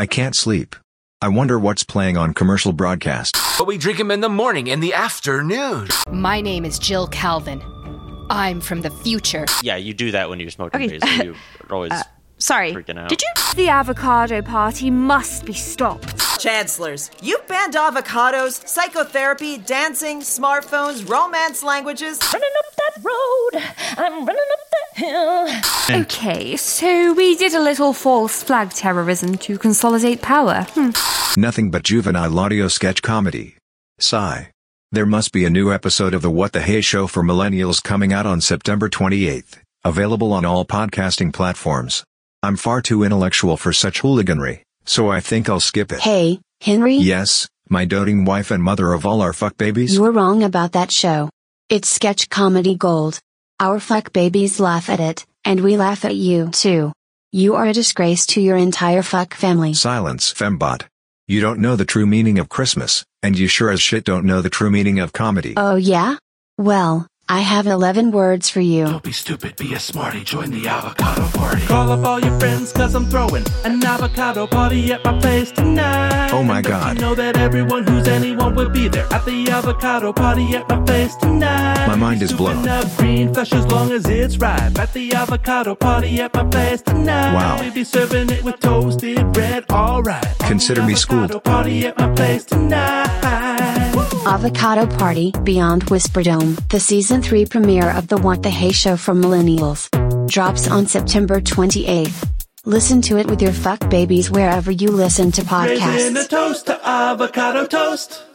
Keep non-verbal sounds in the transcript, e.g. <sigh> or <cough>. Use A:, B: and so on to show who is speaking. A: I can't sleep. I wonder what's playing on commercial broadcast.
B: But we drink them in the morning and the afternoon.
C: My name is Jill Calvin. I'm from the future.
D: Yeah, you do that when you're smoking
E: Okay. Uh,
D: Basil.
E: <laughs>
D: You're always
E: Sorry.
D: Freaking out.
E: Did you?
F: The avocado party must be stopped.
G: Chancellors, you've banned avocados, psychotherapy, dancing, smartphones, romance languages.
H: Running up that road, I'm running up that hill.
F: Okay, so we did a little false flag terrorism to consolidate power. Hmm.
A: Nothing but juvenile audio sketch comedy. Sigh. There must be a new episode of the What the Hey show for millennials coming out on September 28th, available on all podcasting platforms. I'm far too intellectual for such hooliganry, so I think I'll skip it.
I: Hey, Henry,
A: Yes, my doting wife and mother of all our fuck babies.
I: you were wrong about that show. It's sketch comedy gold. Our fuck babies laugh at it, and we laugh at you too. You are a disgrace to your entire fuck family.
A: Silence, fembot. You don't know the true meaning of Christmas, and you sure as shit don't know the true meaning of comedy.
I: Oh yeah? Well, I have 11 words for you.
J: Don't be stupid, be a smarty, join the avocado party.
H: Call up all your friends, cause I'm throwing an avocado party at my place tonight.
A: Oh my
H: And don't
A: God.
H: You know that everyone who's anyone will be there at the avocado party at my place tonight.
A: My mind is
H: Scooping
A: blown.
H: up green flesh as long as it's ripe at the avocado party at my place tonight.
A: Wow.
H: We'll be serving it with toasted bread, alright.
A: Consider me schooled.
H: Avocado party at my place tonight.
I: Avocado Party Beyond Whisperdome, the season 3 premiere of the What the Hey show for millennials, drops on September 28th. Listen to it with your fuck babies wherever you listen to
H: Raising a
I: podcasts.
H: toast to avocado toast.